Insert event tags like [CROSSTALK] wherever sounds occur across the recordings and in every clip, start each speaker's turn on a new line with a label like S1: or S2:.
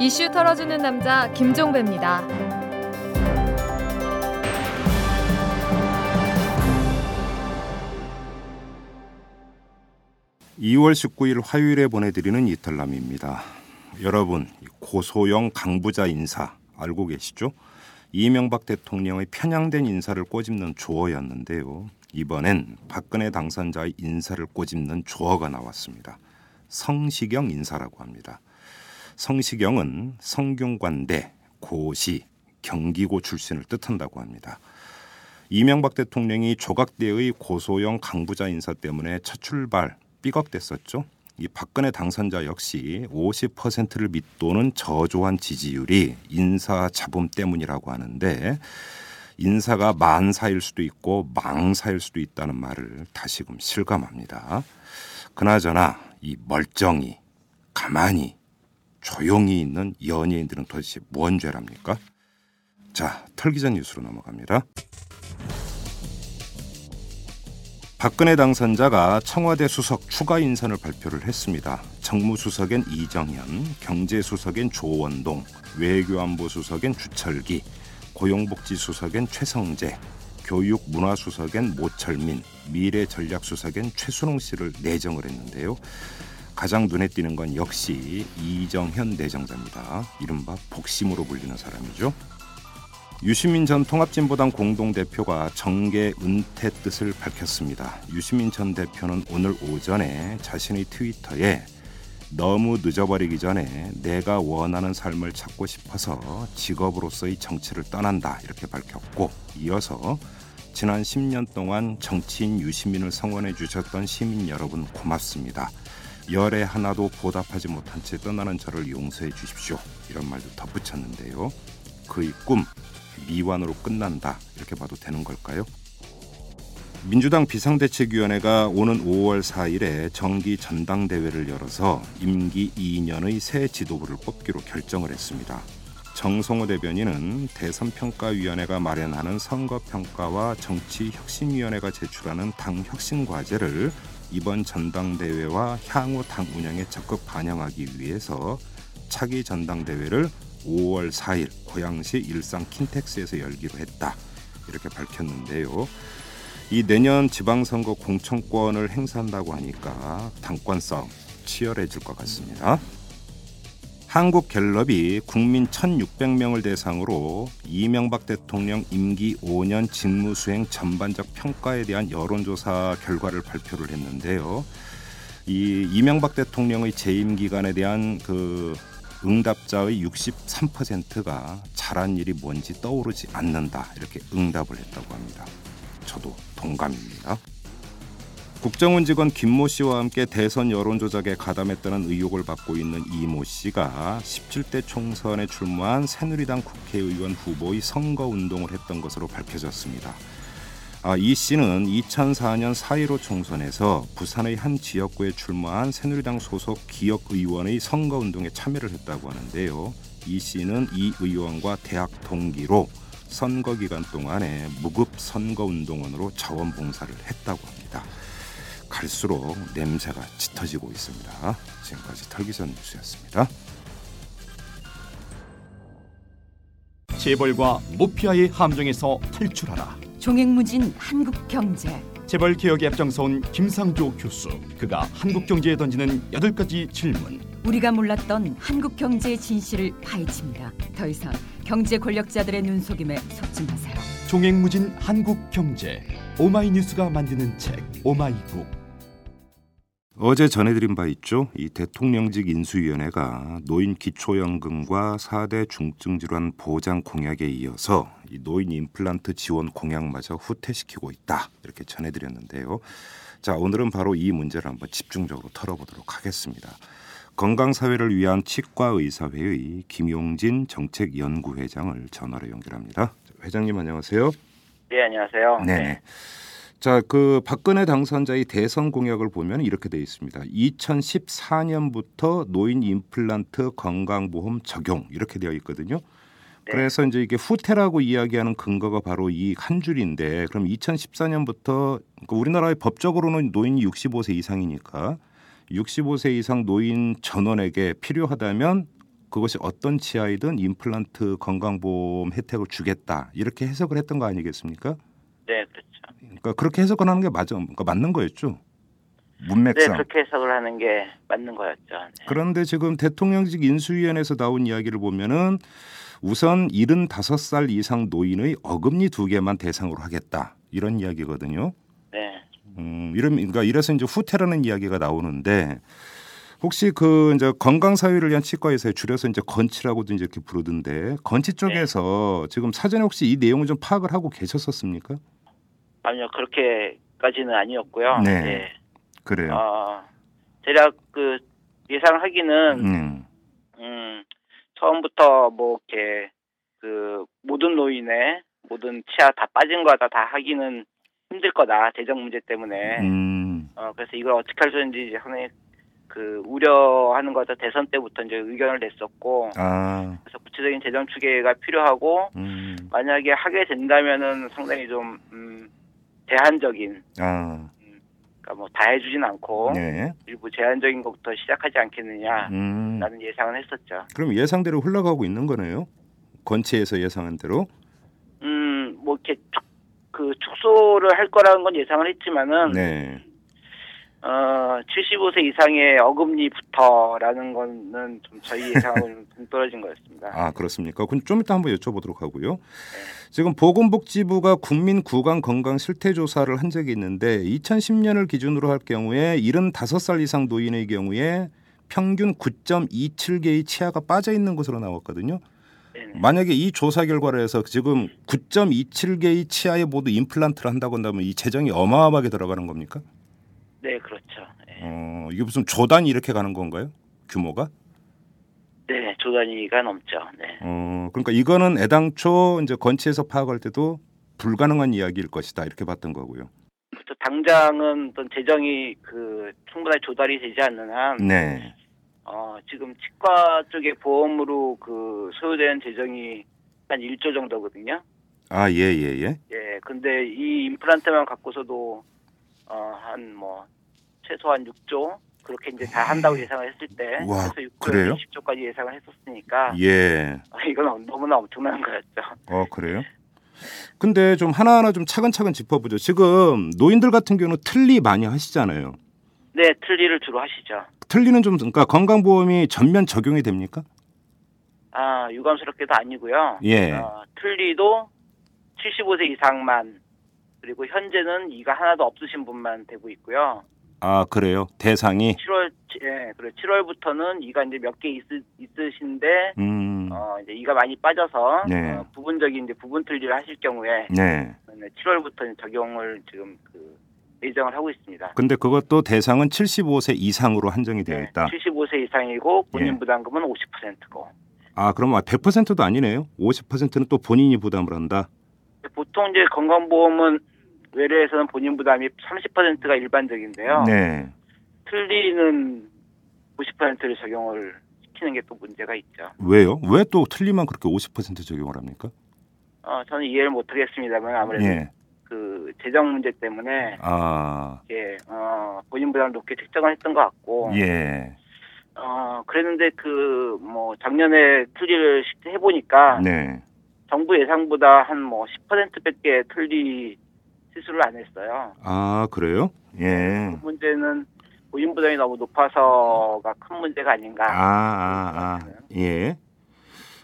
S1: 이슈 털어주는 남자 김종배입니다.
S2: 2월 19일 화요일에 보내드리는 이탈남입니다. 여러분, 이 고소영 강부자 인사 알고 계시죠? 이명박 대통령의 편향된 인사를 꼬집는 조어였는데요. 이번엔 박근혜 당선자의 인사를 꼬집는 조어가 나왔습니다. 성시경 인사라고 합니다. 성시경은 성균관대, 고시, 경기고 출신을 뜻한다고 합니다. 이명박 대통령이 조각대의 고소영 강부자 인사 때문에 첫 출발 삐걱댔었죠. 이 박근혜 당선자 역시 50%를 밑도는 저조한 지지율이 인사 잡음 때문이라고 하는데 인사가 만사일 수도 있고 망사일 수도 있다는 말을 다시금 실감합니다. 그나저나 이 멀쩡히 가만히 조용히 있는 연예인들은 도대체 뭔 죄랍니까? 자, 털기전 뉴스로 넘어갑니다. 박근혜 당선자가 청와대 수석 추가 인선을 발표를 했습니다. 정무수석엔 이정현, 경제수석엔 조원동, 외교안보수석엔 주철기, 고용복지수석엔 최성재, 교육문화수석엔 모철민, 미래전략수석엔 최순홍 씨를 내정을 했는데요. 가장 눈에 띄는 건 역시 이정현 내정자입니다. 이른바 복심으로 불리는 사람이죠. 유시민 전 통합진보당 공동대표가 정계 은퇴 뜻을 밝혔습니다. 유시민 전 대표는 오늘 오전에 자신의 트위터에 너무 늦어버리기 전에 내가 원하는 삶을 찾고 싶어서 직업으로서의 정치를 떠난다 이렇게 밝혔고 이어서 지난 10년 동안 정치인 유시민을 성원해 주셨던 시민 여러분 고맙습니다. 열에 하나도 보답하지 못한 채 떠나는 저를 용서해 주십시오. 이런 말도 덧붙였는데요. 그의 꿈 미완으로 끝난다 이렇게 봐도 되는 걸까요? 민주당 비상대책위원회가 오는 5월 4일에 정기 전당대회를 열어서 임기 2년의 새 지도부를 뽑기로 결정을 했습니다. 정성호 대변인은 대선평가위원회가 마련하는 선거평가와 정치혁신위원회가 제출하는 당혁신과제를 이번 전당대회와 향후 당 운영에 적극 반영하기 위해서 차기 전당대회를 5월 4일 고양시 일산 킨텍스에서 열기로 했다 이렇게 밝혔는데요. 이 내년 지방선거 공천권을 행사한다고 하니까 당권 싸움 치열해질 것 같습니다. 한국 갤럽이 국민 1,600명을 대상으로 이명박 대통령 임기 5년 직무 수행 전반적 평가에 대한 여론조사 결과를 발표를 했는데요. 이 이명박 대통령의 재임 기간에 대한 그 응답자의 63%가 잘한 일이 뭔지 떠오르지 않는다 이렇게 응답을 했다고 합니다. 저도 동감입니다. 국정원 직원 김모 씨와 함께 대선 여론 조작에 가담했다는 의혹을 받고 있는 이모 씨가 17대 총선에 출마한 새누리당 국회의원 후보의 선거 운동을 했던 것으로 밝혀졌습니다. 아, 이 씨는 2004년 4.15 총선에서 부산의 한 지역구에 출마한 새누리당 소속 기역 의원의 선거운동에 참여를 했다고 하는데요. 이 씨는 이 의원과 대학 동기로 선거 기간 동안에 무급 선거운동원으로 자원봉사를 했다고 합니다. 갈수록 냄새가 짙어지고 있습니다. 지금까지 털기전 뉴스였습니다.
S3: 재벌과 모피아의 함정에서 탈출하라.
S4: 종횡무진 한국 경제
S3: 재벌 개혁에 앞장서온 김상조 교수. 그가 한국 경제에 던지는 여덟 가지 질문.
S4: 우리가 몰랐던 한국 경제의 진실을 파헤칩니다. 더 이상 경제 권력자들의 눈속임에 속지 마세요.
S3: 종횡무진 한국 경제. 오마이뉴스가 만드는 책 오마이북.
S2: 어제 전해드린 바 있죠. 이 대통령직 인수위원회가 노인 기초연금과 4대 중증질환 보장 공약에 이어서 이 노인 임플란트 지원 공약마저 후퇴시키고 있다. 이렇게 전해드렸는데요. 자, 오늘은 바로 이 문제를 한번 집중적으로 털어보도록 하겠습니다. 건강사회를 위한 치과의사회의 김용진 정책연구회장을 전화로 연결합니다. 회장님 안녕하세요.
S5: 네, 안녕하세요.
S2: 네. 자, 그 박근혜 당선자의 대선 공약을 보면 이렇게 돼 있습니다. 2014년부터 노인 임플란트 건강보험 적용 이렇게 되어 있거든요. 그래서 이제 이게 후퇴라고 이야기하는 근거가 바로 이 한 줄인데 그럼 2014년부터 그러니까 우리나라의 법적으로는 노인이 65세 이상이니까 65세 이상 노인 전원에게 필요하다면 그것이 어떤 치아이든 임플란트 건강보험 혜택을 주겠다 이렇게 해석을 했던 거 아니겠습니까?
S5: 네, 그렇죠.
S2: 그러니까 그렇게 해석을 하는 게 맞아, 그러니까 맞는 거였죠.
S5: 네,
S2: 문맥상.
S5: 그렇게 해석을 하는 게 맞는 거였죠. 네.
S2: 그런데 지금 대통령직 인수위원회에서 나온 이야기를 보면은 우선 75살 이상 노인의 어금니 두 개만 대상으로 하겠다 이런 이야기거든요.
S5: 네.
S2: 음, 이러 그러니까 이래서 이제 후퇴라는 이야기가 나오는데 혹시 그 이제 건강 사유를 위한 치과에서 줄여서 이제 건치라고도 이제 이렇게 부르던데
S5: 네.
S2: 건치 쪽에서 지금 사전에 혹시 이 내용을 좀 파악을 하고 계셨었습니까?
S5: 아니요, 그렇게까지는 아니었고요.
S2: 네.
S5: 네.
S2: 그래요.
S5: 어, 대략 그 예상하기는
S2: 음,
S5: 음, 처음부터 뭐 이렇게 그 모든 노인의 모든 치아 다 빠진 거다 다 하기는 힘들 거다 재정 문제 때문에
S2: 음,
S5: 어, 그래서 이걸 어떻게 할 건지 이제 상당히 그 우려하는 거다 대선 때부터 이제 의견을 냈었고
S2: 아,
S5: 그래서 구체적인 재정 추계가 필요하고
S2: 음,
S5: 만약에 하게 된다면은 상당히 좀 음, 제한적인
S2: 아,
S5: 그러니까 뭐 아, 다 해주진 않고
S2: 네,
S5: 일부 제한적인 것부터 시작하지 않겠느냐라는
S2: 음.
S5: 예상은 했었죠.
S2: 그럼 예상대로 흘러가고 있는 거네요. 건치에서 예상한 대로.
S5: 음, 뭐 이렇게 축, 그 축소를 할 거라는 건 예상을 했지만은
S2: 네.
S5: 어 75세 이상의 어금니부터라는 거는 좀
S2: [LAUGHS]
S5: 저희 예상하고는 동떨어진 거였습니다.
S2: 아 그렇습니까? 그럼 좀 이따 한번 여쭤보도록
S5: 네.
S2: 하고요. 지금 보건복지부가 국민 구강 건강 실태 조사를 한 적이 있는데 2010년을 기준으로 할 경우에 75살 이상 노인의 경우에 평균 9.27개의 치아가 빠져 있는 것으로 나왔거든요.
S5: 네네.
S2: 만약에 이 조사 결과를 해서 지금 9.27개의 치아에 모두 임플란트를 한다고 한다면 이 재정이 어마어마하게 들어가는 겁니까?
S5: 네, 그렇죠. 네,
S2: 어, 이게 무슨 조단이 이렇게 가는 건가요? 규모가?
S5: 네, 조단위가 넘죠. 네.
S2: 어, 그러니까 이거는 애당초 이제 건치에서 파악할 때도 불가능한 이야기일 것이다 이렇게 봤던 거고요.
S5: 또 당장은 어떤 재정이 그 충분히 조달이 되지 않는 한
S2: 네.
S5: 어, 지금 치과 쪽의 보험으로 그 소요되는 재정이 한 1조 정도거든요.
S2: 아, 예, 예, 예.
S5: 예, 근데 이 임플란트만 갖고서도 어, 한 뭐 최소한 6조 그렇게 이제 다 한다고 예상을 했을 때
S2: 와,
S5: 그래서 6조
S2: 그래요?
S5: 10조까지 예상을 했었으니까
S2: 예.
S5: 어, 이건 너무나 엄청난 거였죠.
S2: 어, 그래요? 근데 좀 하나하나 좀 차근차근 짚어보죠. 지금 노인들 같은 경우는 틀니 많이 하시잖아요.
S5: 네, 틀니를 주로 하시죠.
S2: 틀니는 좀 그러니까 건강보험이 전면 적용이 됩니까?
S5: 아, 유감스럽게도 아니고요.
S2: 예.
S5: 어, 틀니도 75세 이상만 그리고 현재는 이가 하나도 없으신 분만 되고 있고요.
S2: 아, 그래요. 대상이
S5: 7월 예, 그리고 7월부터는 이가 이제 몇 개 있으신데
S2: 음.
S5: 어, 이제 이가 많이 빠져서
S2: 네.
S5: 어, 부분적인 이제 부분 틀리를 하실 경우에
S2: 네.
S5: 7월부터 적용을 지금 그 예정을 하고 있습니다.
S2: 근데 그것도 대상은 75세 이상으로 한정이 되어
S5: 네,
S2: 있다.
S5: 75세 이상이고 본인
S2: 예.
S5: 부담금은 50%고
S2: 아, 그럼 아, 100%도 아니네요. 50%는 또 본인이 부담을 한다.
S5: 보통 이제 건강보험은 외래에서는 본인 부담이 30%가 일반적인데요.
S2: 네.
S5: 틀리는 50%를 적용을 시키는 게 또 문제가 있죠.
S2: 왜요? 왜 또 틀리만 그렇게 50% 적용을 합니까?
S5: 어, 저는 이해를 못하겠습니다만 아무래도
S2: 예.
S5: 그 재정 문제 때문에
S2: 아,
S5: 이게 어, 본인 부담 을 높게 책정을 했던 것 같고
S2: 예.
S5: 어, 그랬는데 그 뭐 작년에 틀리를 쉽게 해보니까
S2: 네.
S5: 정부 예상보다 한 뭐 10%밖에 틀리 시술을 안 했어요.
S2: 아, 그래요? 예.
S5: 그 문제는 본인 부담이 너무 높아서가 큰 문제가
S2: 아,
S5: 아닌가.
S2: 아, 아. 예.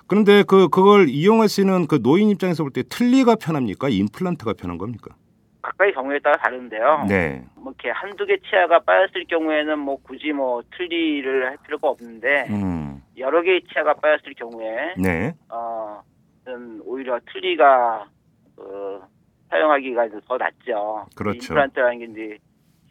S2: 그런데 그 그걸 이용하시는 그 노인 입장에서 볼 때 틀니가 편합니까? 임플란트가 편한 겁니까?
S5: 가까이 경우에 따라 다른데요.
S2: 네.
S5: 뭐 이렇게 한두 개 치아가 빠졌을 경우에는 뭐 굳이 뭐 틀리를 할 필요가 없는데
S2: 음.
S5: 여러 개의 치아가 빠졌을 경우에
S2: 네.
S5: 어, 는 오히려 틀리가 어, 사용하기가 이제 더 낫죠.
S2: 그렇죠.
S5: 임플란트라는 게 이제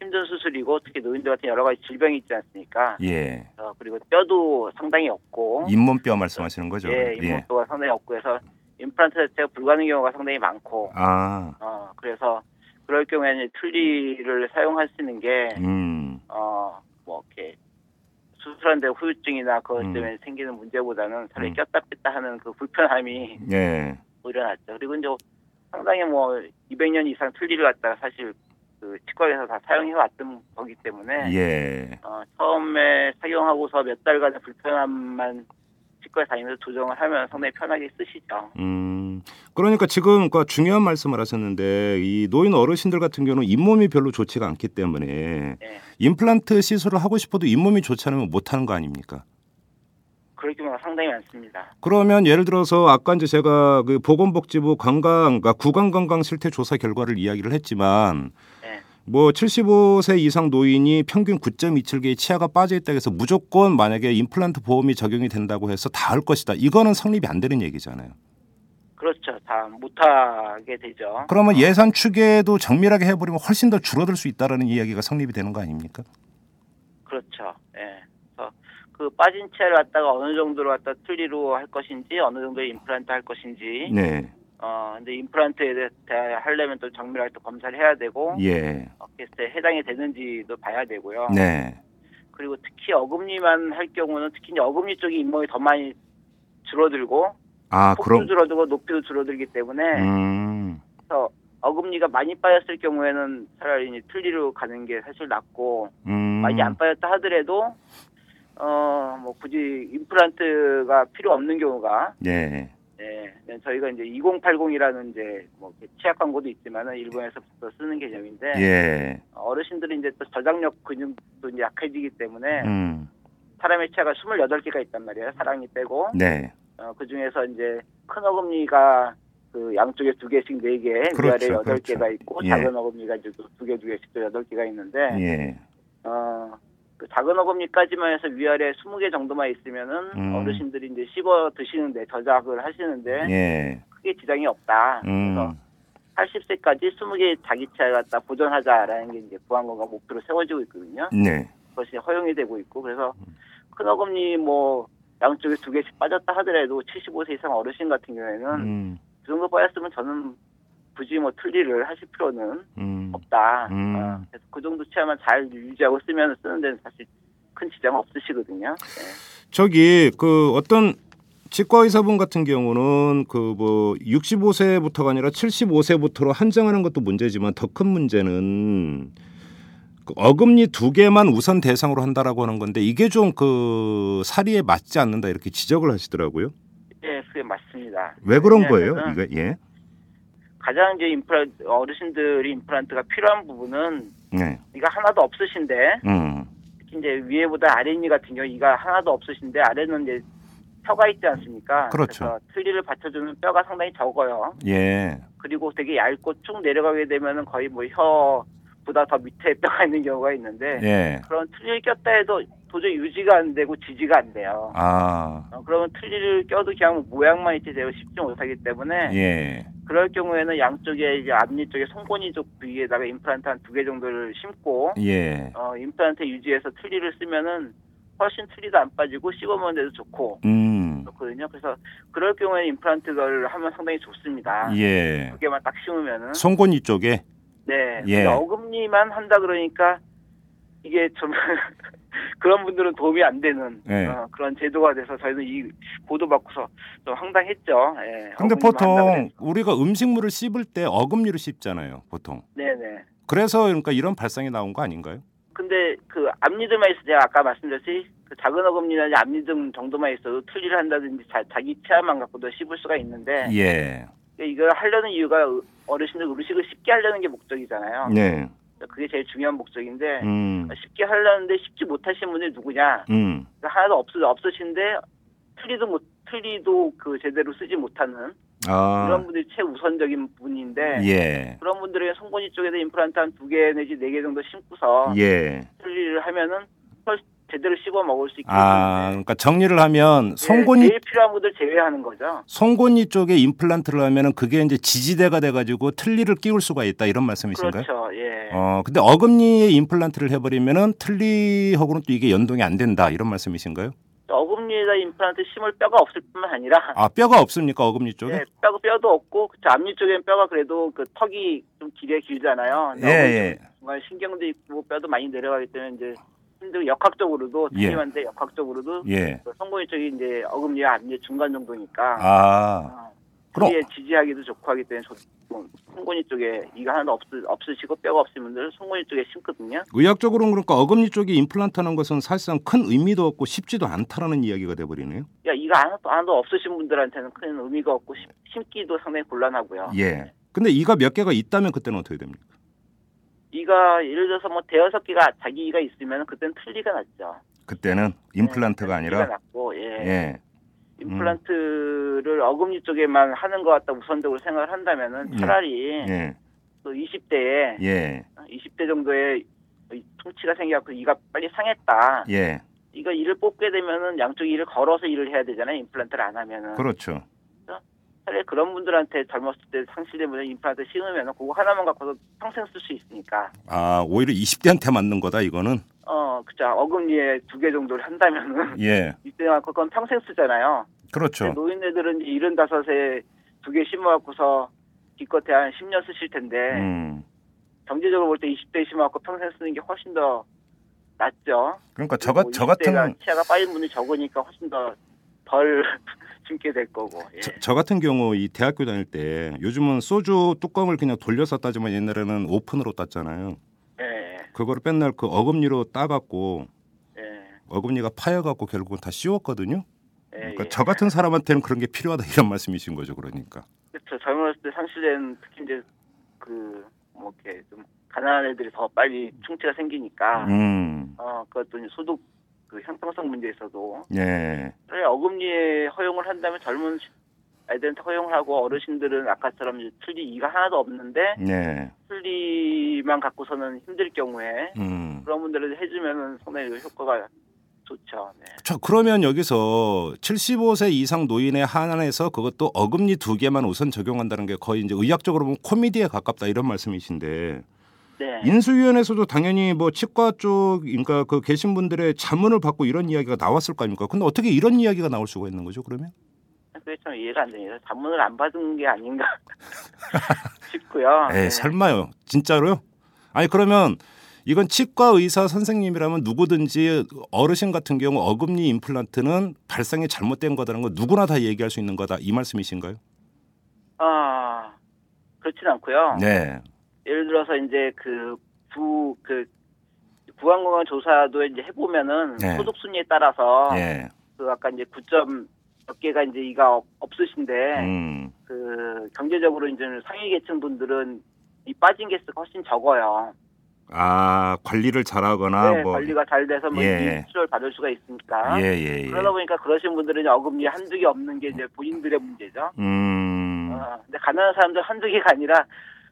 S5: 힘든 수술이고 특히 노인들 같은 여러 가지 질병이 있지 않습니까?
S2: 예.
S5: 어, 그리고 뼈도 상당히 없고
S2: 잇몸뼈 말씀하시는 거죠?
S5: 예, 인목도가 상당히 없고 해서 임플란트 자체가 불가능 경우가 상당히 많고
S2: 아.
S5: 어, 그래서 그럴 경우에는 틀니를 사용하시는 게
S2: 음.
S5: 어, 뭐, 이렇게, 수술한데 후유증이나 그것
S2: 음.
S5: 때문에 생기는 문제보다는 차라리
S2: 음.
S5: 꼈다 뺐다 하는 그 불편함이
S2: 예.
S5: 오히려 낫죠. 뭐 그리고 이제 상당히 뭐, 200년 이상 틀니를 갖다가 사실 그 치과에서 다 사용해왔던 거기 때문에,
S2: 예.
S5: 어, 처음에 사용하고서 몇 달간의 불편함만 치과에 다니면서 조정을 하면 상당히 편하게 쓰시죠.
S2: 음, 그러니까 지금 그 중요한 말씀을 하셨는데 이 노인 어르신들 같은 경우는 잇몸이 별로 좋지가 않기 때문에
S5: 예.
S2: 임플란트 시술을 하고 싶어도 잇몸이 좋지 않으면 못 하는 거 아닙니까?
S5: 그럴 경우가 상당히 많습니다.
S2: 그러면 예를 들어서 아까 이제 제가 그 보건복지부 관광 그러니까 구강 건강 실태 조사 결과를 이야기를 했지만
S5: 네.
S2: 뭐 75세 이상 노인이 평균 9.27개의 치아가 빠져 있다 해서 무조건 만약에 임플란트 보험이 적용이 된다고 해서 다 할 것이다. 이거는 성립이 안 되는 얘기잖아요.
S5: 그렇죠. 다 못하게 되죠.
S2: 그러면 예산 추계도 정밀하게 해버리면 훨씬 더 줄어들 수 있다라는 이야기가 성립이 되는 거 아닙니까?
S5: 그렇죠. 예. 그래서 그 빠진 채를 갖다가 어느 정도로 갖다 틀리로 할 것인지 어느 정도의 임플란트 할 것인지
S2: 네,
S5: 어 근데 임플란트에 대해 다 하려면 또 정밀하게 또 검사를 해야 되고
S2: 예,
S5: 어, 그랬을 때 해당이 되는지도 봐야 되고요.
S2: 네,
S5: 그리고 특히 어금니만 할 경우는 특히 이제 어금니 쪽이 잇몸이 더 많이 줄어들고
S2: 아
S5: 폭도
S2: 그럼,
S5: 줄어들고 높이도 줄어들기 때문에
S2: 음,
S5: 그래서 어금니가 많이 빠졌을 경우에는 차라리 이제 틀니로 가는 게 사실 낫고
S2: 음,
S5: 많이 안 빠졌다 하더라도 어 뭐 굳이 임플란트가 필요 없는 경우가
S2: 네,
S5: 예 그냥 저희가 이제 2080이라는 이제 뭐 이렇게 치약 광고도 있지만은 일본에서 부터 쓰는 개념인데
S2: 예,
S5: 어르신들은 이제 또 저장력 근육도 이제 약해지기 때문에
S2: 음,
S5: 사람의 치아가 28개가 있단 말이에요 사랑니 빼고
S2: 네,
S5: 어, 그 중에서 이제 큰 어금니가 그 양쪽에 두 개씩 네 개,
S2: 그렇죠,
S5: 위아래 여덟
S2: 그렇죠.
S5: 개가 있고
S2: 예.
S5: 작은 어금니가 이제 두 개, 두 개씩 또 여덟 개가 있는데
S2: 예,
S5: 어, 그 작은 어금니까지만 해서 위아래 20개 정도만 있으면은
S2: 음.
S5: 어르신들이 이제 씹어 드시는데 저작을 하시는데
S2: 예,
S5: 크게 지장이 없다. 그래서
S2: 음,
S5: 80세까지 20개 자기 치아 갖다 보존하자라는 게 이제 보안건강 목표로 세워지고 있거든요.
S2: 네,
S5: 그것이 허용이 되고 있고 그래서
S2: 음.
S5: 큰 어금니 뭐 양쪽에 두 개씩 빠졌다 하더라도 75세 이상 어르신 같은 경우에는
S2: 음,
S5: 그 정도 빠졌으면 저는 굳이 뭐 틀니를 하실 필요는
S2: 음,
S5: 없다.
S2: 음.
S5: 어, 그래서 그 정도 치아만 잘 유지하고 쓰면 쓰는 데는 사실 큰 지장 없으시거든요. 예.
S2: 저기 그 어떤 치과 의사분 같은 경우는 그 뭐 65세부터가 아니라 75세부터로 한정하는 것도 문제지만 더 큰 문제는 그 어금니 두 개만 우선 대상으로 한다라고 하는 건데 이게 좀 그 사리에 맞지 않는다 이렇게 지적을 하시더라고요.
S5: 예, 그게 맞습니다.
S2: 왜 그런 거예요?
S5: 왜냐하면은
S2: 이거 예.
S5: 가장 이제 임플란 어르신들이 임플란트가 필요한 부분은
S2: 네.
S5: 이가 하나도 없으신데
S2: 음.
S5: 특히 이제 위에보다 아랫니 같은 경우 이가 하나도 없으신데 아래는 이제 뼈가 있지 않습니까?
S2: 그렇죠.
S5: 래서 틀니를 받쳐주는 뼈가 상당히 적어요.
S2: 예.
S5: 그리고 되게 얇고 쭉 내려가게 되면은 거의 뭐 혀보다 더 밑에 [LAUGHS] 뼈가 있는 경우가 있는데
S2: 예.
S5: 그런 틀니를 꼈다 해도 도저히 유지가 안 되고 지지가 안 돼요.
S2: 아.
S5: 어, 그러면 틀니를 껴도 그냥 뭐 모양만 있지 되고 쉽지 못하기 때문에
S2: 예.
S5: 그럴 경우에는 양쪽에 이제 앞니 쪽에 송곳니 쪽 부위에다가 임플란트 한 두 개 정도를 심고
S2: 예.
S5: 어, 임플란트 유지해서 틀니를 쓰면은 훨씬 틀니도 안 빠지고 씹어먹는 데도 좋고
S2: 음.
S5: 그렇거든요. 그래서 그럴 경우에 임플란트를 하면 상당히 좋습니다.
S2: 예.
S5: 두 개만 딱 심으면은
S2: 송곳니 쪽에
S5: 네.
S2: 예.
S5: 근데 어금니만 한다 그러니까 이게 좀 [LAUGHS] 그런 분들은 도움이 안 되는
S2: 예.
S5: 어, 그런 제도가 돼서 저희는 이 보도 받고서 좀 황당했죠. 예.
S2: 근데
S5: 어금니만 한다 그래서.
S2: 보통 우리가 음식물을 씹을 때 어금니로 씹잖아요, 보통.
S5: 네네.
S2: 그래서 그러니까 이런 발상이 나온 거 아닌가요?
S5: 근데 그 앞니들만 있어 제가 아까 말씀드렸듯이 그 작은 어금니나 이제 앞니등 정도만 있어도 틀니를 한다든지 자, 기 치아만 갖고도 씹을 수가 있는데 그러니까
S2: 예.
S5: 이걸 하려는 이유가 어르신들 음식을 쉽게 하려는 게 목적이잖아요.
S2: 네.
S5: 그게 제일 중요한 목적인데
S2: 음.
S5: 쉽게 하려는데 쉽지 못하신 분이 누구냐? 그러니까
S2: 음.
S5: 하나도 없으, 없으신데 틀리도 못 틀리도 그 제대로 쓰지 못하는
S2: 아.
S5: 그런 분들이 최우선적인 분인데
S2: 예.
S5: 그런 분들에게 송곳니 쪽에도 임플란트 한 두 개 내지 네 개 정도 심고서
S2: 예.
S5: 틀리를 하면은 훨- 제대로 씹어 먹을 수 있기 때문에
S2: 아, 그러니까 정리를 하면
S5: 예,
S2: 송곳니
S5: 제일 필요한 분들 제외하는 거죠.
S2: 송곳니 쪽에 임플란트를 하면은 그게 이제 지지대가 돼 가지고 틀니를 끼울 수가 있다 이런 말씀이신가요?
S5: 그렇죠. 예.
S2: 어, 근데 어금니에 임플란트를 해 버리면은 틀니하고는 또 이게 연동이 안 된다 이런 말씀이신가요?
S5: 어금니에다 임플란트 심을 뼈가 없을 뿐만 아니라
S2: 아, 뼈가 없습니까? 어금니 쪽에?
S5: 예, 뼈, 뼈도 없고 그쵸, 앞니 쪽엔 뼈가 그래도 그 턱이 좀 길게 길잖아요. 근데 어금니
S2: 예,
S5: 중간 신경도 있고 뼈도 많이 내려가기 때문에 이제 힘들고 역학적으로도
S2: 예.
S5: 틀림한데 역학적으로도
S2: 예. 예.
S5: 그 성공의 쪽이 이제 어금니와 앞니 중간 정도니까
S2: 아.
S5: 어,
S2: 그럼
S5: 그게 지지하기도 좋고 하기 때문에 좋, 송곳니 쪽에 이가 하나도 없, 없으시고 뼈가 없으신 분들은 송곳니 쪽에 심거든요.
S2: 의학적으로는 그러니까 어금니 쪽에 임플란트 하는 것은 사실상 큰 의미도 없고 쉽지도 않다라는 이야기가 돼버리네요.
S5: 야 이가 하나도, 하나도 없으신 분들한테는 큰 의미가 없고 심, 심기도 상당히 곤란하고요.
S2: 예. 근데 이가 몇 개가 있다면 그때는 어떻게 됩니까?
S5: 이가 예를 들어서 뭐 대여섯 개가 자기 이가 있으면 그때는 틀리가 났죠.
S2: 그때는 네, 임플란트가
S5: 틀리가
S2: 아니라
S5: 났고 예.
S2: 예. 음.
S5: 임플란트를 어금니 쪽에만 하는 것 같다 우선적으로 생각을 한다면은
S2: 예.
S5: 차라리
S2: 예.
S5: 또 20대에
S2: 예.
S5: 20대 정도에 이 통치가 생겨갖고 이가 빨리 상했다.
S2: 예.
S5: 이거 이를 뽑게 되면은 양쪽 이를 걸어서 일을 해야 되잖아요. 임플란트를 안 하면은.
S2: 그렇죠.
S5: 차라리 그런 분들한테 젊었을 때 상실된 분들 임플란트 심으면은 그거 하나만 갖고서 평생 쓸 수 있으니까.
S2: 아, 오히려 20대한테 맞는 거다 이거는.
S5: 어, 그죠. 어금니에 두 개 정도를 한다면은 [LAUGHS]
S2: 예.
S5: 이때 갖고 그건 평생 쓰잖아요. 근데
S2: 그렇죠.
S5: 노인네들은 이제 75에 두 개 심어갖고서 기껏해 한 10년 쓰실 텐데
S2: 음.
S5: 경제적으로 볼 때 20대에 심어갖고 평생 쓰는 게 훨씬 더 낫죠. 뭐
S2: 그러니까 저같저 같은
S5: 가 치아가 빠진 분이 적으니까 훨씬 더 덜 [LAUGHS] 숨게 될 거고. 예.
S2: 저, 저 같은 경우 이 대학교 다닐 때 요즘은 소주 뚜껑을 그냥 돌려서 따지만 옛날에는 오픈으로 땄잖아요.
S5: 예.
S2: 그거를 맨날 그 어금니로 따갖고
S5: 예.
S2: 어금니가 파여갖고 결국은 다 씌웠거든요.
S5: 예.
S2: 그러니까 저 같은 사람한테는 그런 게 필요하다 이런 말씀이신 거죠, 그러니까.
S5: 그렇죠. 젊었을 때 상실된 특히 이제 그 뭐 이렇게 좀 가난한 애들이 더 빨리 충치가 생기니까
S2: 음,
S5: 어 그것도 이제 소득 그 형평성 문제에서도
S2: 예,
S5: 차라리 어금니에 허용을 한다면 젊은 시- 아이들한테 허용을 하고 어르신들은 아까처럼 이제 틀니 이가 하나도 없는데
S2: 예,
S5: 틀니만 갖고서는 힘들 경우에
S2: 음.
S5: 그런 분들을 해주면은 상당히 효과가 좋죠. 네.
S2: 자, 그러면 여기서 75세 이상 노인에 한해서 그것도 어금니 두 개만 우선 적용한다는 게 거의 이제 의학적으로 보면 코미디에 가깝다 이런 말씀이신데
S5: 네.
S2: 인수위원회에서도 당연히 뭐 치과 쪽 그러니까 그 계신 분들의 자문을 받고 이런 이야기가 나왔을 거 아닙니까? 근데 어떻게 이런 이야기가 나올 수가 있는 거죠, 그러면?
S5: 그게 참 이해가 안 되네요. 자문을 안 받은 게
S2: [LAUGHS]
S5: 아닌가 싶고요.
S2: 에
S5: 네.
S2: 예, 설마요. 진짜로요? 아니 그러면 이건 치과 의사 선생님이라면 누구든지 어르신 같은 경우 어금니 임플란트는 발상이 잘못된 거다라는 거 누구나 다 얘기할 수 있는 거다 이 말씀이신가요?
S5: 아 그렇진 않고요.
S2: 네.
S5: 예를 들어서 이제 그부그 구강건강 조사도 이제 해보면은
S2: 네.
S5: 소득 순위에 따라서
S2: 예.
S5: 그 아까 이제 9점 몇 개가 이제 이가 없- 없으신데
S2: 음.
S5: 그 경제적으로 이제 상위 계층 분들은 이 빠진 개수가 훨씬 적어요.
S2: 아 관리를 잘하거나
S5: 네,
S2: 뭐.
S5: 관리가 잘 돼서 뭐
S2: 예.
S5: 이 치료를 받을 수가 있으니까.
S2: 예, 예, 예.
S5: 그러다 보니까 그러신 분들은 이제 어금니 한두 개 없는 게 이제 본인들의 문제죠.
S2: 음.
S5: 어, 근데 가난한 사람들 한두 개가 아니라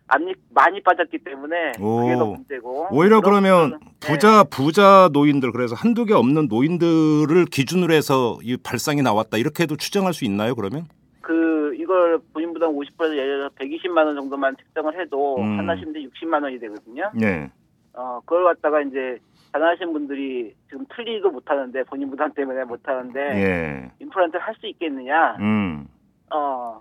S5: 앞니 많이 빠졌기 때문에 그게 더
S2: 오.
S5: 문제고.
S2: 오히려
S5: 그런
S2: 그러면
S5: 분들은- 네.
S2: 부자 부자 노인들 그래서 한두 개 없는 노인들을 기준으로 해서 이 발상이 나왔다 이렇게 해도 추정할 수 있나요 그러면?
S5: 그 이걸 본인 부담 50% 예를 들어 120만 원 정도만 책정을 해도
S2: 음.
S5: 하나 심대 60만 원이 되거든요.
S2: 네.
S5: 어 그걸 갖다가 이제 가난하신 분들이 지금 틀리도 못 하는데 본인 부담 때문에 못 하는데
S2: 예.
S5: 임플란트를 할 수 있겠느냐?
S2: 음.
S5: 어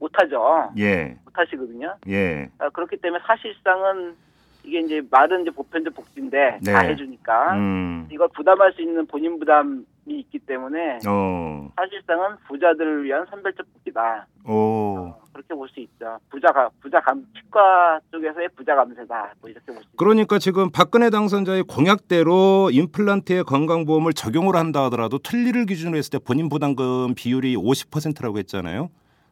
S5: 못하죠.
S2: 예.
S5: 못하시거든요.
S2: 예.
S5: 아, 그렇기 때문에 사실상은 이게 이제 말은 이제 보편적 복지인데
S2: 네.
S5: 다 해주니까
S2: 음.
S5: 이걸 부담할 수 있는 본인 부담이 있기 때문에
S2: 어.
S5: 사실상은 부자들을 위한 선별적 복지다.
S2: 오.
S5: 어, 그렇게 볼 수 있죠. 부자가 부자 감 치과 쪽에서의 부자 감세다. 뭐 이렇게 볼 수 있죠.
S2: 그러니까 지금 박근혜 당선자의 공약대로 임플란트의 건강보험을 적용을 한다 하더라도 틀니를 기준으로 했을 때 본인 부담금 비율이 50%라고 했잖아요.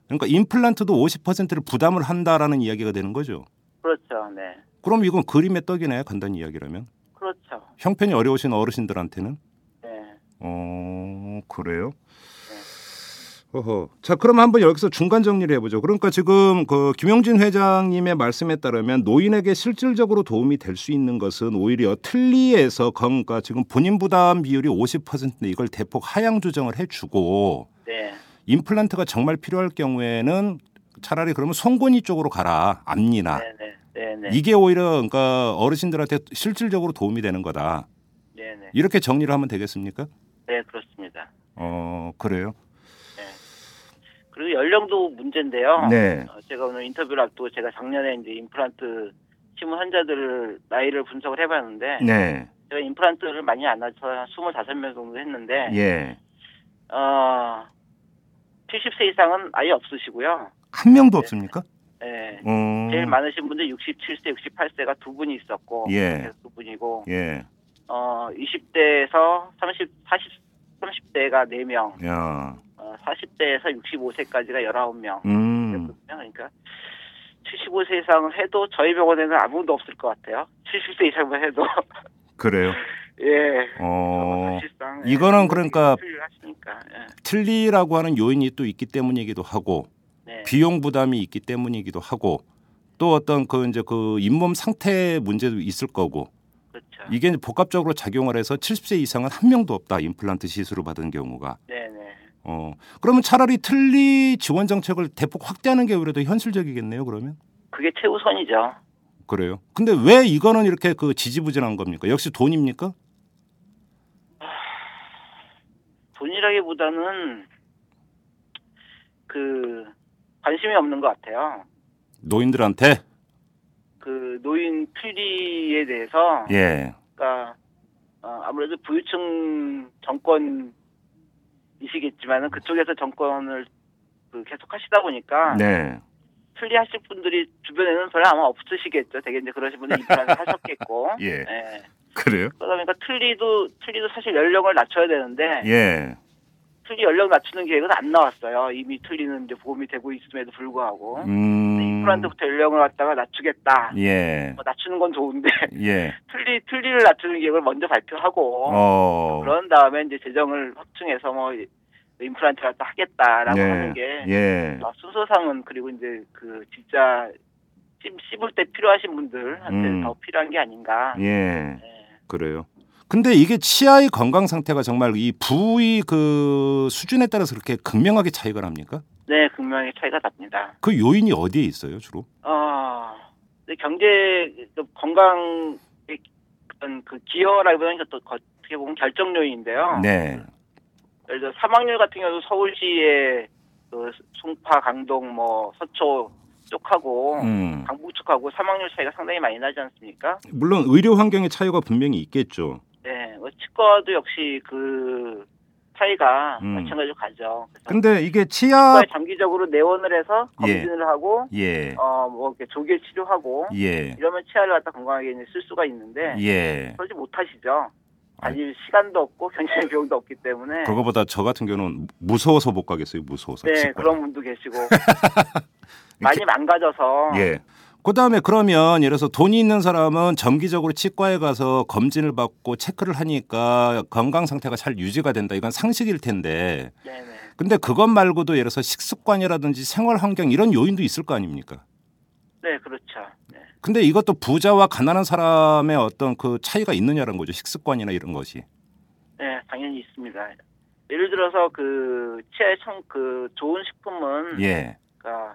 S2: 그러니까 임플란트도 50%를 부담을 한다라는 이야기가 되는 거죠.
S5: 그렇죠. 네.
S2: 그럼 이건 그림의 떡이네 간단히 이야기라면.
S5: 그렇죠.
S2: 형편이 어려우신 어르신들한테는
S5: 네.
S2: 어 그래요? 어허. 자 그럼 한번 여기서 중간 정리를 해보죠. 그러니까 지금 그 김용진 회장님의 말씀에 따르면 노인에게 실질적으로 도움이 될 수 있는 것은 오히려 틀리에서 건가 그러니까 지금 본인 부담 비율이 50%인데 이걸 대폭 하향 조정을 해주고
S5: 네.
S2: 임플란트가 정말 필요할 경우에는 차라리 그러면 송곳니 쪽으로 가라 앞니나
S5: 네. 네. 네. 네.
S2: 이게 오히려 그러니까 어르신들한테 실질적으로 도움이 되는 거다
S5: 네. 네.
S2: 이렇게 정리를 하면 되겠습니까?
S5: 네. 그렇습니다.
S2: 어 그래요.
S5: 그리고 연령도 문제인데요.
S2: 네.
S5: 어, 제가 오늘 인터뷰를 앞두고 제가 작년에 이제 임플란트 심은 환자들 나이를 분석을 해봤는데
S2: 네.
S5: 제가 임플란트를 많이 안 해서 한 25명 정도 했는데
S2: 예.
S5: 어, 70세 이상은 아예 없으시고요.
S2: 한 명도 없습니까?
S5: 예.
S2: 어.
S5: 제일 많으신 분들 67세, 68세가 두 분이 있었고
S2: 예.
S5: 그래서 두 분이고
S2: 예.
S5: 어 20대에서 30, 40, 30대가 4명,
S2: 야.
S5: 어, 40대에서 65세까지가 19명.
S2: 음.
S5: 그러니까 75세 이상 해도 저희 병원에는 아무도 없을 것 같아요. 70세 이상만 해도 [LAUGHS]
S2: 그래요.
S5: 예.
S2: 어.
S5: 사실상 예,
S2: 이거는 그러니까-
S5: 하시니까 예.
S2: 틀리라고 하는 요인이 또 있기 때문이기도 하고
S5: 네.
S2: 비용 부담이 있기 때문이기도 하고 또 어떤 그 이제 그 잇몸 상태 문제도 있을 거고
S5: 그렇죠.
S2: 이게 이제 복합적으로 작용을 해서 70세 이상은 한 명도 없다 임플란트 시술을 받은 경우가
S5: 네네.
S2: 어 그러면 차라리 틀리 지원 정책을 대폭 확대하는 게 오히려 더 현실적이겠네요 그러면
S5: 그게 최우선이죠.
S2: 그래요 근데 왜 이거는 이렇게 그 지지부진한 겁니까 역시 돈입니까
S5: 돈이라기보다는 그 관심이 없는 것 같아요.
S2: 노인들한테
S5: 그 노인 필리에 대해서
S2: 예
S5: 그러니까 어, 아무래도 부유층 정권이시겠지만은 그쪽에서 정권을 그 계속 하시다 보니까
S2: 네.
S5: 편리하실 분들이 주변에는 별로 아마 없으시겠죠. 되게 이제 그러신 분들
S2: [LAUGHS]
S5: 입장을 하셨겠고.
S2: 예.
S5: 예.
S2: 그래요
S5: 그러다 보니까 틀리도 틀리도 사실 연령을 낮춰야 되는데
S2: 예
S5: 틀리 연령 낮추는 계획은 안 나왔어요. 이미 틀리는 이제 보험이 되고 있음에도 불구하고
S2: 음.
S5: 임플란트부터 연령을 갖다가 낮추겠다.
S2: 예.
S5: 뭐 낮추는 건 좋은데 [LAUGHS]
S2: 예.
S5: 틀리 틀리를 낮추는 계획을 먼저 발표하고
S2: 어.
S5: 그런 다음에 이제 재정을 확충해서 뭐 이- 임플란트 갖다 하겠다라고
S2: 예.
S5: 하는 게
S2: 예.
S5: 어, 순서상은 그리고 이제 그 진짜 씹, 씹을 때 필요하신 분들한테
S2: 음.
S5: 더 필요한 게 아닌가.
S2: 예.
S5: 예.
S2: 그래요. 근데 이게 치아의 건강 상태가 정말 이 부위 그 수준에 따라서 그렇게 극명하게 차이가 납니까?
S5: 네, 극명히 차이가 납니다.
S2: 그 요인이 어디에 있어요, 주로?
S5: 어, 근데 경제 그 건강 어떤 그 기여라기보다는 또 거- 어떻게 보면 결정 요인인데요.
S2: 네.
S5: 예를 들어 사망률 같은 경우도 서울시의 그 송파, 강동, 뭐 서초 쪽하고
S2: 음.
S5: 강북 쪽하고 사망률 차이가 상당히 많이 나지 않습니까?
S2: 물론 의료 환경의 차이가 분명히 있겠죠.
S5: 네, 뭐 치과도 역시 그 차이가
S2: 음.
S5: 마찬가지로 가죠. 그래서
S2: 근데 이게 치아
S5: 치과에 장기적으로 내원을 해서
S2: 예.
S5: 검진을 하고
S2: 예.
S5: 어 뭐 이렇게 조기 치료하고
S2: 예.
S5: 이러면 치아를 갖다 건강하게 이제 쓸 수가 있는데
S2: 예.
S5: 그러지 못하시죠. 아니 시간도 없고 경제적 비용도 없기 때문에
S2: 그거보다 저 같은 경우는 무서워서 못 가겠어요. 무서워서.
S5: 네
S2: 치과.
S5: 그런
S2: [LAUGHS]
S5: 분도 계시고 많이 망가져서
S2: 예. 그다음에 그러면 예를 들어서 돈이 있는 사람은 정기적으로 치과에 가서 검진을 받고 체크를 하니까 건강 상태가 잘 유지가 된다. 이건 상식일 텐데.
S5: 네네
S2: 근데 그것 말고도 예를 들어서 식습관이라든지 생활 환경 이런 요인도 있을 거 아닙니까?
S5: 네 그렇죠. 네.
S2: 근데 이것도 부자와 가난한 사람의 어떤 그 차이가 있느냐는 거죠. 식습관이나 이런 것이.
S5: 네, 당연히 있습니다. 예를 들어서 그 치아에 참 그 좋은 식품은
S2: 예.
S5: 그러니까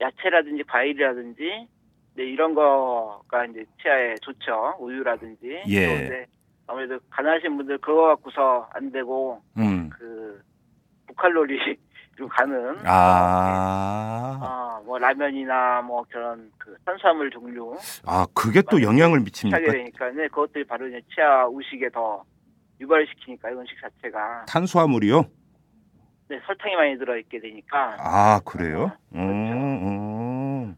S5: 야채라든지 과일이라든지 네, 이런 거가 이제 치아에 좋죠. 우유라든지.
S2: 예.
S5: 또 이제 아무래도 가난하신 분들 그거 갖고서 안 되고
S2: 음.
S5: 그 고칼로리로 [LAUGHS] 가는
S2: 아.
S5: 어, 뭐 라면이나 뭐 그런 그 탄수화물 종류
S2: 아, 그게
S5: 음.
S2: 또 영향을
S5: 하게
S2: 미칩니까?
S5: 되니까 네, 그것들이 바로 이제 치아 우식에 더 유발시키니까 이 음식 자체가
S2: 탄수화물이요?
S5: 네, 설탕이 많이 들어있게 되니까.
S2: 아 그래요?
S5: 어,
S2: 음, 음.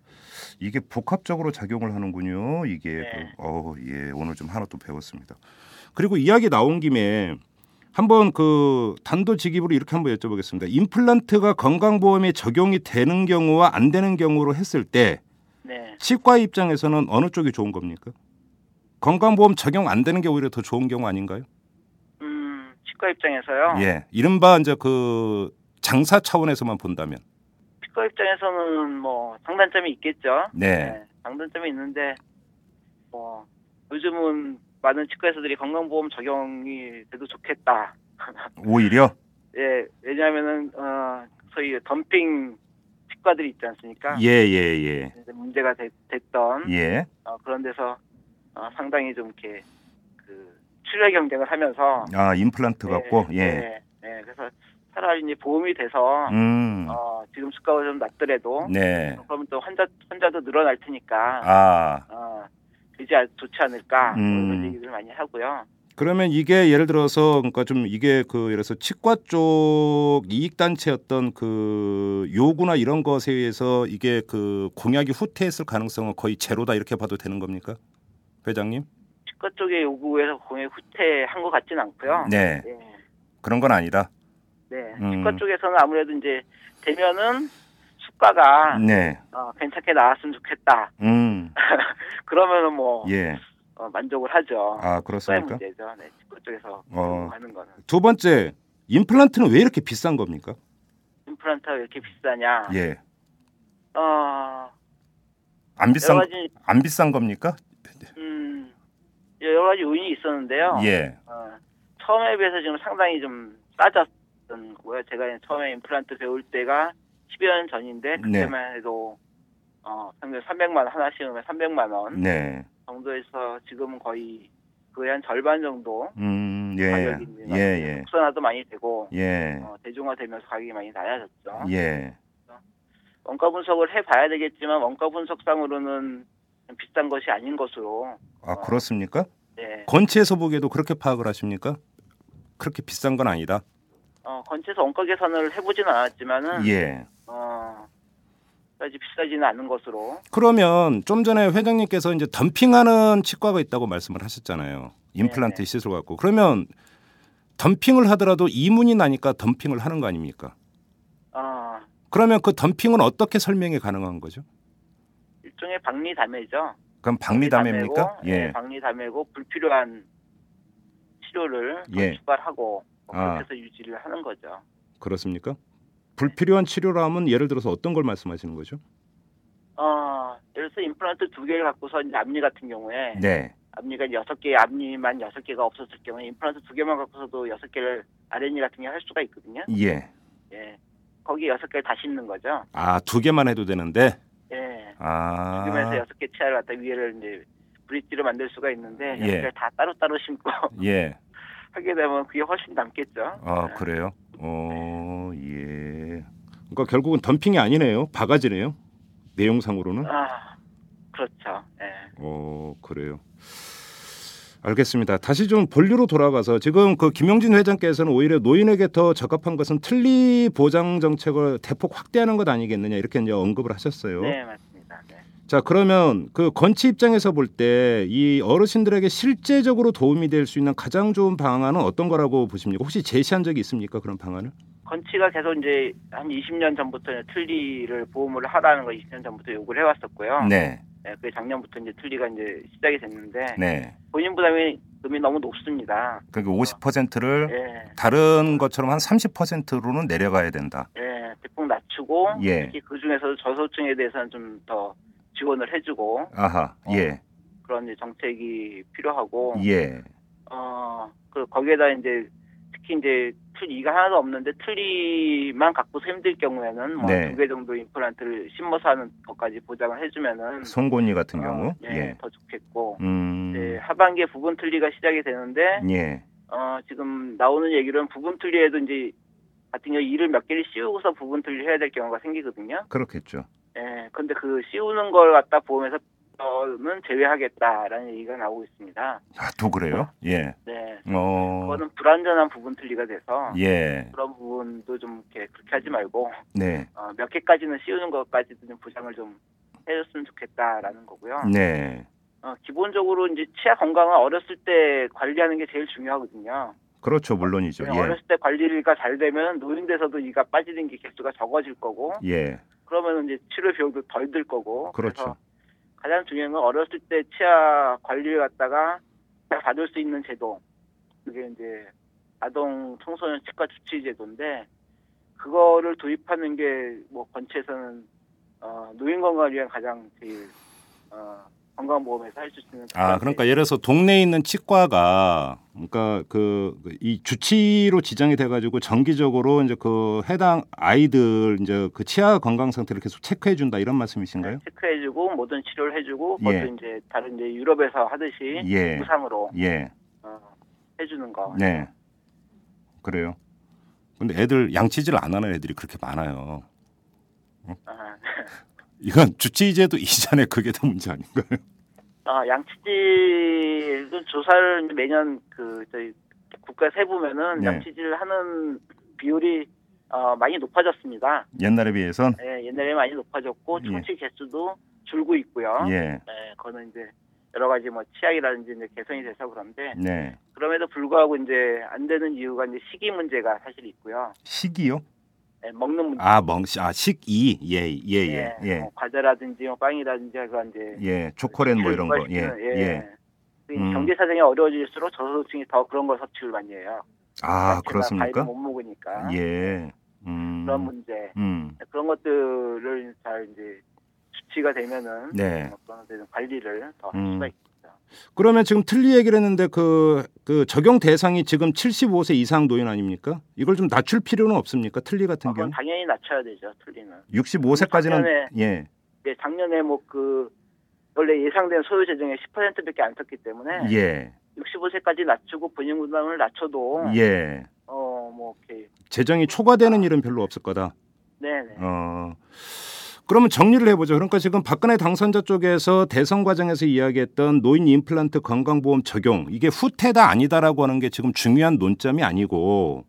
S2: 이게 복합적으로 작용을 하는군요. 이게
S5: 네.
S2: 그, 어, 예, 오늘 좀 하나 또 배웠습니다. 그리고 이야기 나온 김에 한번 그 단도직입으로 이렇게 한번 여쭤보겠습니다. 임플란트가 건강보험에 적용이 되는 경우와 안 되는 경우로 했을 때
S5: 네.
S2: 치과 입장에서는 어느 쪽이 좋은 겁니까? 건강보험 적용 안 되는 게 오히려 더 좋은 경우 아닌가요?
S5: 음, 치과 입장에서요.
S2: 예, 이른바 이제 그 장사 차원에서만 본다면,
S5: 치과 입장에서는 뭐 장단점이 있겠죠.
S2: 네,
S5: 장단점이 있는데 뭐 요즘은 많은 치과 의사들이 건강보험 적용이 돼도 좋겠다.
S2: 오히려
S5: 예, 왜냐하면은 어, 소위 덤핑 치과들이 있지 않습니까?
S2: 예, 예, 예.
S5: 이제 문제가 됐, 던
S2: 예.
S5: 그런 데서 어, 상당히 좀 이렇게 그 출혈 경쟁을 하면서
S2: 아 임플란트 같고
S5: 네,
S2: 예.
S5: 네, 네. 그래서 차라리 이제 보험이 돼서
S2: 음.
S5: 어, 지금 수가가 좀 낮더라도
S2: 네.
S5: 그러면 또 환자 환자도 늘어날 테니까
S2: 아
S5: 어, 그지 않- 좋지 않을까 뭐
S2: 음.
S5: 이런 얘기를 많이 하고요.
S2: 그러면 이게 예를 들어서 그러니까 좀 이게 그 예를 들어서 치과 쪽 이익 단체였던 그 요구나 이런 것에 의해서 이게 그 공약이 후퇴했을 가능성은 거의 제로다 이렇게 봐도 되는 겁니까? 회장님?
S5: 치과 쪽의 요구에서 공약 후퇴한 것 같진 않고요.
S2: 네.
S5: 네.
S2: 그런 건 아니다.
S5: 네.
S2: 음.
S5: 치과 쪽에서는 아무래도 이제 되면은 수가가
S2: 네.
S5: 어, 괜찮게 나왔으면 좋겠다.
S2: 음.
S5: 그러면은 뭐
S2: 예.
S5: 어, 만족을 하죠.
S2: 아,
S5: 수가의
S2: 그렇습니까?
S5: 문제죠. 네. 치과 쪽에서
S2: 어.
S5: 하는 거는
S2: 두 번째, 임플란트는 왜 이렇게 비싼 겁니까?
S5: 임플란트가 왜 이렇게 비싸냐?
S2: 예.
S5: 어
S2: 안
S5: 여러
S2: 비싼
S5: 가지
S2: 안 비싼 겁니까?
S5: 음 여러 가지 요인이 있었는데요.
S2: 예.
S5: 어, 처음에 비해서 지금 상당히 좀 싸졌던 거고요. 제가 처음에 임플란트 배울 때가 10여 년
S2: 네.
S5: 전인데 그때만 해도 어, 평균 300만 원 하나 씌우면 300만 원
S2: 네.
S5: 정도에서 지금은 거의 거의 한 절반 정도
S2: 음. 예.
S5: 가격이
S2: 예. 예.
S5: 국산화도 많이 되고
S2: 예.
S5: 어, 대중화되면서 가격이 많이 낮아졌죠.
S2: 예.
S5: 원가 분석을 해봐야 되겠지만 원가 분석상으로는 좀 비싼 것이 아닌 것으로
S2: 아, 그렇습니까?
S5: 네.
S2: 건치에서 보기에도 그렇게 파악을 하십니까? 그렇게 비싼 건 아니다.
S5: 어, 건체에서 원가 계산을 해보진 않았지만은
S2: 예.
S5: 어, 까지 비싸지는 않은 것으로.
S2: 그러면 좀 전에 회장님께서 이제 덤핑하는 치과가 있다고 말씀을 하셨잖아요. 임플란트
S5: 네네.
S2: 시술 갖고 그러면 덤핑을 하더라도 이문이 나니까 덤핑을 하는 거 아닙니까?
S5: 어,
S2: 그러면 그 덤핑은 어떻게 설명이 가능한 거죠?
S5: 일종의 박리담회죠.
S2: 그럼 박리담입니까?
S5: 박리담회고, 예.
S2: 예.
S5: 박리담회고 불필요한 치료를
S2: 예.
S5: 추가하고
S2: 아.
S5: 그렇게서 유지를 하는 거죠.
S2: 그렇습니까? 불필요한 치료라면 예를 들어서 어떤 걸 말씀하시는 거죠?
S5: 어, 예를 들어서 임플란트 두 개를 갖고서 이제 앞니 같은 경우에
S2: 네.
S5: 앞니가 여섯 개, 앞니만 여섯 개가 없었을 경우에 임플란트 두 개만 갖고서도 여섯 개를 RNA 같은 게 할 수가 있거든요.
S2: 예.
S5: 예. 거기 여섯 개를 다 싣는 거죠.
S2: 아, 두 개만 해도 되는데.
S5: 예.
S2: 아.
S5: 지금에서 여섯 개 치아를 갖다 위에를 이제 브릿지로 만들 수가 있는데
S2: 예.
S5: 여섯 개를 다 따로따로 심고 [LAUGHS]
S2: 예.
S5: 하게 되면 그게 훨씬 남겠죠. 네.
S2: 아 그래요? 어 예. 그러니까 결국은 덤핑이 아니네요. 바가지네요. 내용상으로는.
S5: 아, 그렇죠. 예.
S2: 어 그래요. 알겠습니다. 다시 좀 본류로 돌아가서 지금 그 김용진 회장께서는 오히려 노인에게 더 적합한 것은 틀리 보장 정책을 대폭 확대하는 것 아니겠느냐 이렇게 이제 언급을 하셨어요.
S5: 네, 맞습니다. 네.
S2: 자 그러면 그 건치 입장에서 볼 때 이 어르신들에게 실제적으로 도움이 될 수 있는 가장 좋은 방안은 어떤 거라고 보십니까? 혹시 제시한 적이 있습니까 그런 방안을?
S5: 건치가 계속 이제 한 20년 전부터 이제 틀니를 보험을 하라는 걸 20년 전부터 요구를 해왔었고요.
S2: 네,
S5: 예, 그게 작년부터 이제 틀니가 이제 시작이 됐는데
S2: 네.
S5: 본인 부담이 금이 너무 높습니다.
S2: 그러니까 50%를
S5: 예,
S2: 다른 것처럼 한 30%로는 내려가야 된다.
S5: 예, 대폭 낮추고
S2: 예.
S5: 특히 그 중에서도 저소득층에 대해서는 좀 더 지원을 해주고
S2: 아하.
S5: 어.
S2: 예.
S5: 그런 이제 정책이 필요하고
S2: 예.
S5: 어, 그 거기에다 이제 특히 이제 틀이가 하나도 없는데 틀이만 갖고 힘들 경우에는 뭐
S2: 네.
S5: 두 개 정도 임플란트를 심어서 하는 것까지 보장을 해주면은
S2: 송곳니 같은 경우.
S5: 어, 네,
S2: 예.
S5: 더 좋겠고
S2: 음.
S5: 이제 하반기에 부분 틀리가 시작이 되는데
S2: 예.
S5: 어, 지금 나오는 얘기로는 부분 틀리에도 이제 같은 경우 이를 몇 개를 씌우고서 부분 틀리 해야 될 경우가 생기거든요.
S2: 그렇겠죠.
S5: 예, 근데 그 씌우는 걸 갖다 보험에서 어, 는 제외하겠다라는 얘기가 나오고 있습니다.
S2: 아, 또 그래요? 예.
S5: 네,
S2: 어.
S5: 그거는 불완전한 부분 틀리가 돼서
S2: 예.
S5: 그런 부분도 좀 이렇게 그렇게 하지 말고
S2: 네.
S5: 어, 몇 개까지는 씌우는 것까지도 좀 보장을 좀 해줬으면 좋겠다라는 거고요.
S2: 네.
S5: 어, 기본적으로 이제 치아 건강은 어렸을 때 관리하는 게 제일 중요하거든요. 네,
S2: 그렇죠. 물론이죠. 예.
S5: 어렸을 때 관리가 잘 되면 노인 돼서도 이가 빠지는 게 개수가 적어질 거고
S2: 예.
S5: 그러면 이제 치료 비용도 덜 들 거고
S2: 그렇죠.
S5: 그래서 가장 중요한 건 어렸을 때 치아 관리를 갖다가 잘 받을 수 있는 제도 그게 이제 아동 청소년 치과 주치 제도인데 그거를 도입하는 게 뭐 건치에서는 어, 노인 건강을 위한 가장 제일 어, 건강보험에서 할 수 있는
S2: 아, 그러니까 예를 들어서 동네에 있는 치과가 그러니까 그 이 주치로 지정이 돼 가지고 정기적으로 이제 그 해당 아이들 이제 그 치아 건강 상태를 계속 체크해 준다 이런 말씀이신가요?
S5: 체크해주고 모든 치료를 해주고
S2: 예.
S5: 그것도 이제 다른 이제 유럽에서 하듯이
S2: 예.
S5: 무상으로
S2: 예.
S5: 어, 해주는 거.
S2: 네. 그래요. 근데 애들 양치질 안 하는 애들이 그렇게 많아요.
S5: 아,
S2: [LAUGHS] 이건 주치의제도 이전에 그게 더 문제 아닌가요?
S5: 아, 양치질 조사를 매년 그 저희 국가 세부면은
S2: 네.
S5: 양치질 하는 비율이 어, 많이 높아졌습니다.
S2: 옛날에 비해선
S5: 예, 옛날에 많이 높아졌고
S2: 예.
S5: 충치 개수도 줄고 있고요.
S2: 예,
S5: 예, 그거는 이제 여러 가지 뭐 치약이라든지 이제 개선이 돼서 그런데
S2: 네
S5: 그럼에도 불구하고 이제 안 되는 이유가 이제 식이 문제가 사실 있고요.
S2: 식이요?
S5: 예, 먹는 문제.
S2: 아 멍시 아 식이 예예예예
S5: 예, 뭐 과자라든지 뭐 빵이라든지 그런 이제
S2: 예, 초콜릿 뭐 이런 거. 예,
S5: 예.
S2: 예.
S5: 이
S2: 음.
S5: 경제 사정이 어려워질수록 저소득층이 더 그런 걸 섭취를 많이 해요.
S2: 아,
S5: 자체가 과일을
S2: 그렇습니까?
S5: 못 먹으니까
S2: 예. 음.
S5: 그런 문제
S2: 음.
S5: 그런 것들을 잘 이제 수치가 되면은
S2: 네.
S5: 어, 그런 데는 관리를 더 할
S2: 음.
S5: 수가 있죠.
S2: 그러면 지금 틀리 얘기를 했는데 그, 그 적용 대상이 지금 75세 이상 노인 아닙니까? 이걸 좀 낮출 필요는 없습니까? 틀리 같은
S5: 그건
S2: 경우.
S5: 당연히 어, 낮춰야 되죠. 틀리는.
S2: 65세까지는
S5: 작년에-
S2: 예.
S5: 네, 작년에 뭐 그 원래 예상된 소요 재정의 10%밖에 안 떴기 때문에
S2: 예.
S5: 65세까지 낮추고 본인 부담을 낮춰도
S2: 예.
S5: 어 뭐 이렇게
S2: 재정이 초과되는
S5: 아.
S2: 일은 별로 없을 거다.
S5: 네네
S2: 어. 그러면 정리를 해보죠. 그러니까 지금 박근혜 당선자 쪽에서 대선 과정에서 이야기했던 노인 임플란트 건강보험 적용 이게 후퇴다 아니다라고 하는 게 지금 중요한 논점이 아니고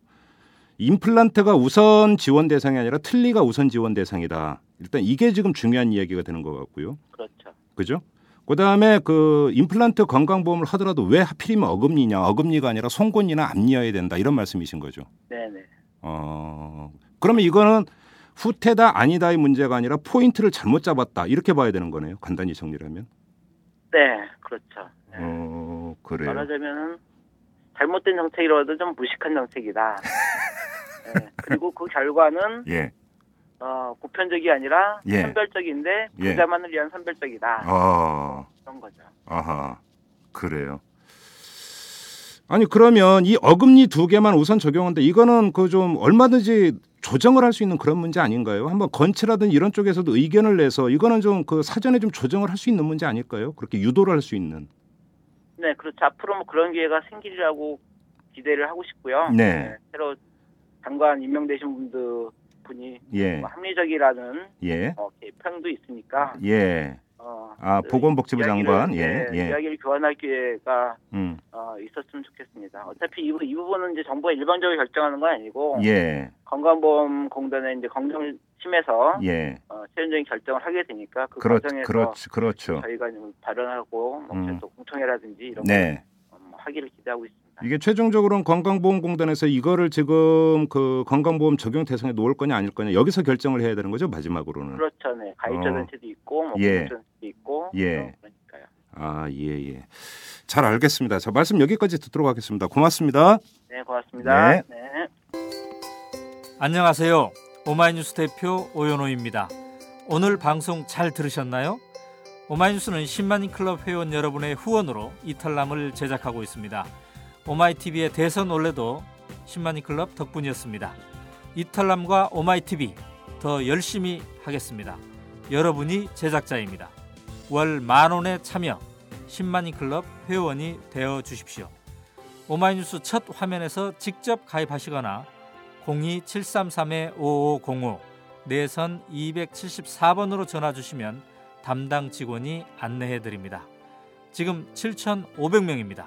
S2: 임플란트가 우선 지원 대상이 아니라 틀리가 우선 지원 대상이다. 일단 이게 지금 중요한 이야기가 되는 것 같고요.
S5: 그렇죠.
S2: 그죠? 그다음에 그 임플란트 건강보험을 하더라도 왜 하필이면 어금니냐 어금니가 아니라 송곳니나 앞니여야 된다 이런 말씀이신 거죠.
S5: 네네
S2: 어 그러면 이거는 후퇴다 아니다의 문제가 아니라 포인트를 잘못 잡았다 이렇게 봐야 되는 거네요. 간단히 정리하면.
S5: 네 그렇죠. 네.
S2: 어 그래요.
S5: 말하자면은 잘못된 정책이라도 좀
S2: [LAUGHS]
S5: 무식한 정책이다. 네, 그리고 그 결과는
S2: 예.
S5: 어, 보편적이 아니라
S2: 예.
S5: 선별적인데
S2: 예.
S5: 부자만을 위한 선별적이다
S2: 어
S5: 그런 거죠.
S2: 아하 그래요. 아니 그러면 이 어금니 두 개만 우선 적용한다. 이거는 그 좀 얼마든지 조정을 할 수 있는 그런 문제 아닌가요? 한번 건치라든 이런 쪽에서도 의견을 내서 이거는 좀 그 사전에 좀 조정을 할 수 있는 문제 아닐까요? 그렇게 유도를 할 수 있는.
S5: 네 그렇죠. 앞으로 뭐 그런 기회가 생기리라고 기대를 하고 싶고요.
S2: 네.
S5: 새로 장관 임명되신 분들 분이
S2: 예.
S5: 뭐 합리적이라는
S2: 예.
S5: 어, 이렇게 평도 있으니까
S2: 예.
S5: 어,
S2: 아,
S5: 그
S2: 보건복지부
S5: 이야기를,
S2: 장관. 예.
S5: 네,
S2: 예.
S5: 이야기를 교환할 기회가
S2: 음.
S5: 어, 있었으면 좋겠습니다. 어차피 이, 부- 이 부분은 이제 정부가 일방적으로 결정하는 건 아니고
S2: 예.
S5: 건강보험공단의 이제 검정심에서
S2: 예.
S5: 어, 최종적인 결정을 하게 되니까 그
S2: 그렇
S5: 과정에서
S2: 그렇죠. 그렇죠.
S5: 저희가 좀 발언하고 뭐
S2: 음.
S5: 또 공청회라든지 이런
S2: 네.
S5: 거 어, 뭐 하기를 기대하고 있습니다.
S2: 이게 최종적으로는 건강보험공단에서 이거를 지금 그 건강보험 적용 대상에 놓을 거냐 아닐 거냐 여기서 결정을 해야 되는 거죠 마지막으로는.
S5: 그렇죠, 네. 가입자
S2: 어.
S5: 단체도 있고, 뭐
S2: 예.
S5: 공익자 단체도 있고,
S2: 예.
S5: 어, 그러니까요.
S2: 아 예예. 잘 알겠습니다. 자 말씀 여기까지 듣도록 하겠습니다. 고맙습니다.
S5: 네, 고맙습니다.
S2: 네.
S5: 네.
S6: 안녕하세요. 오마이뉴스 대표 오연호입니다. 오늘 방송 잘 들으셨나요? 오마이뉴스는 10만 클럽 회원 여러분의 후원으로 이탈남을 제작하고 있습니다. 오마이TV의 대선 올레도 10만 클럽 덕분이었습니다. 이탈남과 오마이TV 더 열심히 하겠습니다. 여러분이 제작자입니다. 월 만 원에 참여 10만 클럽 회원이 되어 주십시오. 오마이뉴스 첫 화면에서 직접 가입하시거나 02-733-5505 내선 274번으로 전화 주시면 담당 직원이 안내해 드립니다. 지금 7,500명입니다.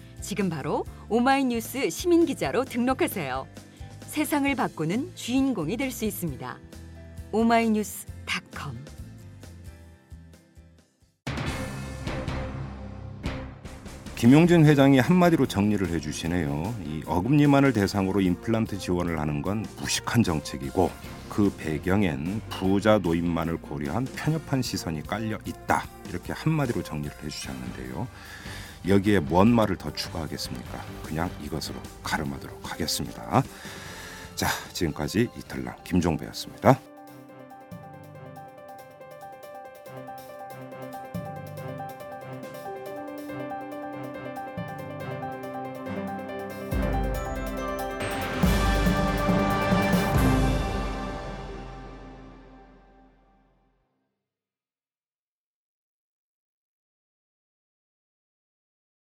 S4: 지금 바로 오마이뉴스 시민 기자로 등록하세요. 세상을 바꾸는 주인공이 될 수 있습니다. 오마이뉴스닷컴
S2: 김용진 회장이 한마디로 정리를 해주시네요. 이 어금니만을 대상으로 임플란트 지원을 하는 건 무식한 정책이고 그 배경엔 부자 노인만을 고려한 편협한 시선이 깔려 있다. 이렇게 한마디로 정리를 해주셨는데요. 여기에 뭔 말을 더 추가하겠습니까? 그냥 이것으로 가름하도록 하겠습니다. 자, 지금까지 이탈남 김종배였습니다.